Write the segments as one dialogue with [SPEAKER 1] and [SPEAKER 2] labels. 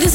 [SPEAKER 1] this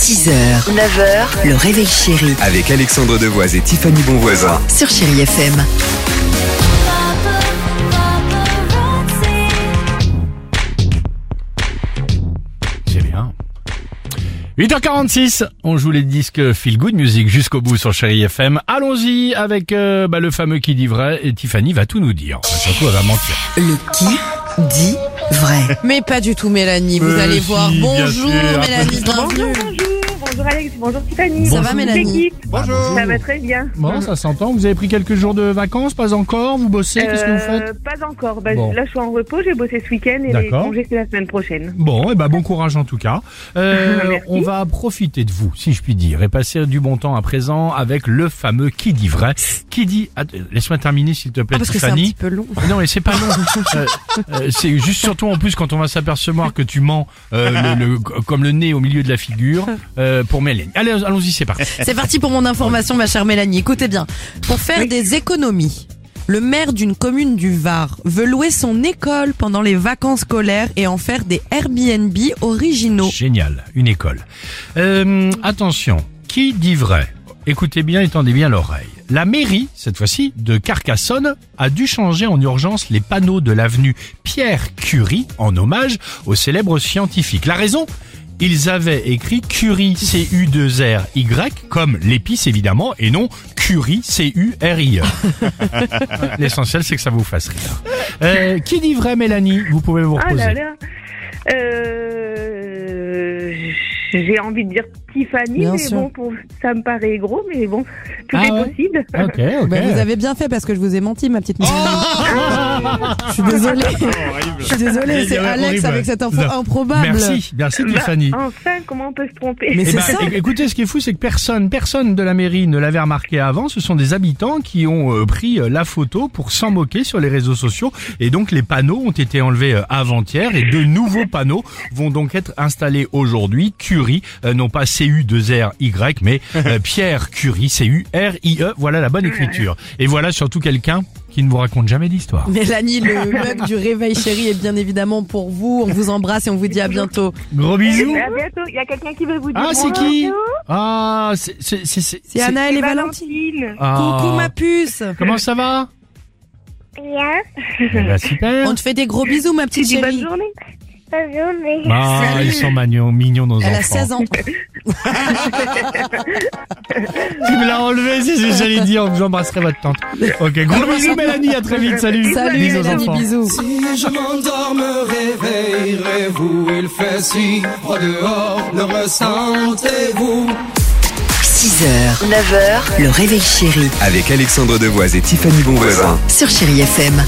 [SPEAKER 2] 6h, 9h, le réveil chéri
[SPEAKER 3] avec Alexandre Devoise et Tiffany Bonvoisin.
[SPEAKER 2] sur Chérie FM.
[SPEAKER 4] C'est bien. 8h46, on joue les disques Feel Good Music jusqu'au bout sur Chéri FM. Allons-y avec euh, bah, le fameux qui dit vrai et Tiffany va tout nous dire. Enfin, surtout, elle va mentir.
[SPEAKER 2] Le qui dit vrai.
[SPEAKER 5] Mais pas du tout, Mélanie. Vous
[SPEAKER 4] Euh,
[SPEAKER 5] allez
[SPEAKER 4] si,
[SPEAKER 5] voir.
[SPEAKER 4] bien
[SPEAKER 5] Bonjour,
[SPEAKER 4] sûr. Ah, bah,
[SPEAKER 5] Mélanie. Bienvenue.
[SPEAKER 6] Bonjour, bonjour Alex, bonjour Tiffany.
[SPEAKER 5] Ça va,
[SPEAKER 4] Bonjour.
[SPEAKER 5] Mélanie
[SPEAKER 6] L'équipe, ça va très bien.
[SPEAKER 4] Bon, ça s'entend. Vous avez pris quelques jours de vacances, pas encore. Vous bossez, qu'est-ce que vous faites
[SPEAKER 6] Euh, pas encore. Bah,
[SPEAKER 4] Bon.
[SPEAKER 6] Là, je suis en repos. J'ai bossé ce week-end et les
[SPEAKER 4] D'accord.
[SPEAKER 6] congés, c'est la semaine prochaine.
[SPEAKER 4] Bon, eh ben bon courage en tout cas. Euh,
[SPEAKER 6] Merci.
[SPEAKER 4] on va profiter de vous, si je puis dire, et passer du bon temps à présent avec le fameux qui dit vrai, qui dit. Att- euh, Laisse-moi terminer, s'il te plaît,
[SPEAKER 5] Ah, parce que c'est un
[SPEAKER 4] Tiffany.
[SPEAKER 5] petit peu long.
[SPEAKER 4] Non, mais c'est pas long. Euh, euh, c'est juste surtout en plus quand on va s'apercevoir que tu mens euh, le- le- comme le nez au milieu de la figure euh, pour Mélanie. Allez, allons-y, c'est parti.
[SPEAKER 5] C'est parti pour mon information, ma chère Mélanie. Écoutez bien. Pour faire des économies, le maire d'une commune du Var veut louer son école pendant les vacances scolaires et en faire des Airbnb originaux.
[SPEAKER 4] Génial, une école. Euh, attention, qui dit vrai Écoutez bien et tendez bien l'oreille. La mairie, cette fois-ci, de Carcassonne, a dû changer en urgence les panneaux de l'avenue Pierre Curie en hommage au célèbre scientifique. La raison ils avaient écrit Curie C-U-2-R-Y comme l'épice évidemment et non Curie C-U-R-I. E. L'essentiel c'est que ça vous fasse rire. Euh, qui dit vrai Mélanie Vous pouvez vous
[SPEAKER 6] Ah
[SPEAKER 4] reposer.
[SPEAKER 6] là là. Euh, J'ai envie de dire Tiffany,
[SPEAKER 5] Bien
[SPEAKER 6] mais
[SPEAKER 5] sûr.
[SPEAKER 6] bon, pour... ça me paraît gros, mais bon, tout
[SPEAKER 4] Ah
[SPEAKER 6] est
[SPEAKER 4] ouais.
[SPEAKER 6] possible.
[SPEAKER 4] Ok, ok.
[SPEAKER 5] Ben, vous avez bien fait parce que je vous ai menti, ma petite Mélanie. je suis désolée. Je suis désolée.
[SPEAKER 4] Il y
[SPEAKER 5] C'est
[SPEAKER 4] avait
[SPEAKER 5] Alex
[SPEAKER 4] horrible.
[SPEAKER 5] avec cette info
[SPEAKER 4] Non.
[SPEAKER 5] improbable.
[SPEAKER 4] Merci, merci
[SPEAKER 6] Bah,
[SPEAKER 4] Tiffany.
[SPEAKER 6] enfin, comment on peut se tromper
[SPEAKER 5] Mais
[SPEAKER 4] Eh
[SPEAKER 5] c'est
[SPEAKER 4] ben,
[SPEAKER 5] ça.
[SPEAKER 4] éc- écoutez, ce qui est fou, c'est que personne, personne de la mairie ne l'avait remarqué avant. Ce sont des habitants qui ont euh, pris euh, la photo pour s'en moquer sur les réseaux sociaux. Et donc, les panneaux ont été enlevés euh, avant-hier et de nouveaux panneaux vont donc être installés aujourd'hui. Curie, euh, non pas C-U-2-R-Y, mais euh, Pierre Curie, C-U-R-I-E. E. Voilà la bonne écriture. Et voilà surtout quelqu'un qui ne vous raconte jamais d'histoire.
[SPEAKER 5] Mélanie, le mug du réveil chéri est bien évidemment pour vous. On vous embrasse et on vous dit à bientôt.
[SPEAKER 4] Gros bisous.
[SPEAKER 6] Eh ben, À bientôt. Il y a quelqu'un qui veut vous dire
[SPEAKER 4] Ah, c'est
[SPEAKER 6] bonjour.
[SPEAKER 4] qui Ah, c'est- c'est... c'est- c'est-
[SPEAKER 5] C'est Anna, elle
[SPEAKER 6] C'est
[SPEAKER 5] est Valentine.
[SPEAKER 6] Valentine.
[SPEAKER 4] Ah.
[SPEAKER 5] Coucou ma puce.
[SPEAKER 4] Comment ça va
[SPEAKER 7] Bien,
[SPEAKER 4] Eh ben, Super
[SPEAKER 5] On te fait des gros bisous ma
[SPEAKER 6] Tu
[SPEAKER 5] petite
[SPEAKER 6] dis bonne
[SPEAKER 5] chérie.
[SPEAKER 6] journée.
[SPEAKER 7] bonne journée.
[SPEAKER 4] Ah,
[SPEAKER 5] Salut.
[SPEAKER 4] ils sont mignons, mignons nos
[SPEAKER 5] Elle a
[SPEAKER 4] enfants.
[SPEAKER 5] 16 ans.
[SPEAKER 4] Tu me l'as enlevé, c'est ce que j'allais dire. J'embrasserai votre tante. Ok, gros bisous Mélanie, à très vite, salut.
[SPEAKER 5] Salut
[SPEAKER 4] Bisous aux
[SPEAKER 5] Mélanie,
[SPEAKER 4] enfants.
[SPEAKER 5] bisous.
[SPEAKER 8] Si je m'endors, me réveillerez-vous. Il fait si froid dehors, le ressentez-vous
[SPEAKER 2] 6h, 9h, le réveil chéri
[SPEAKER 3] avec Alexandre Devoise et Tiffany Bonvoisin.
[SPEAKER 2] sur Chérie FM.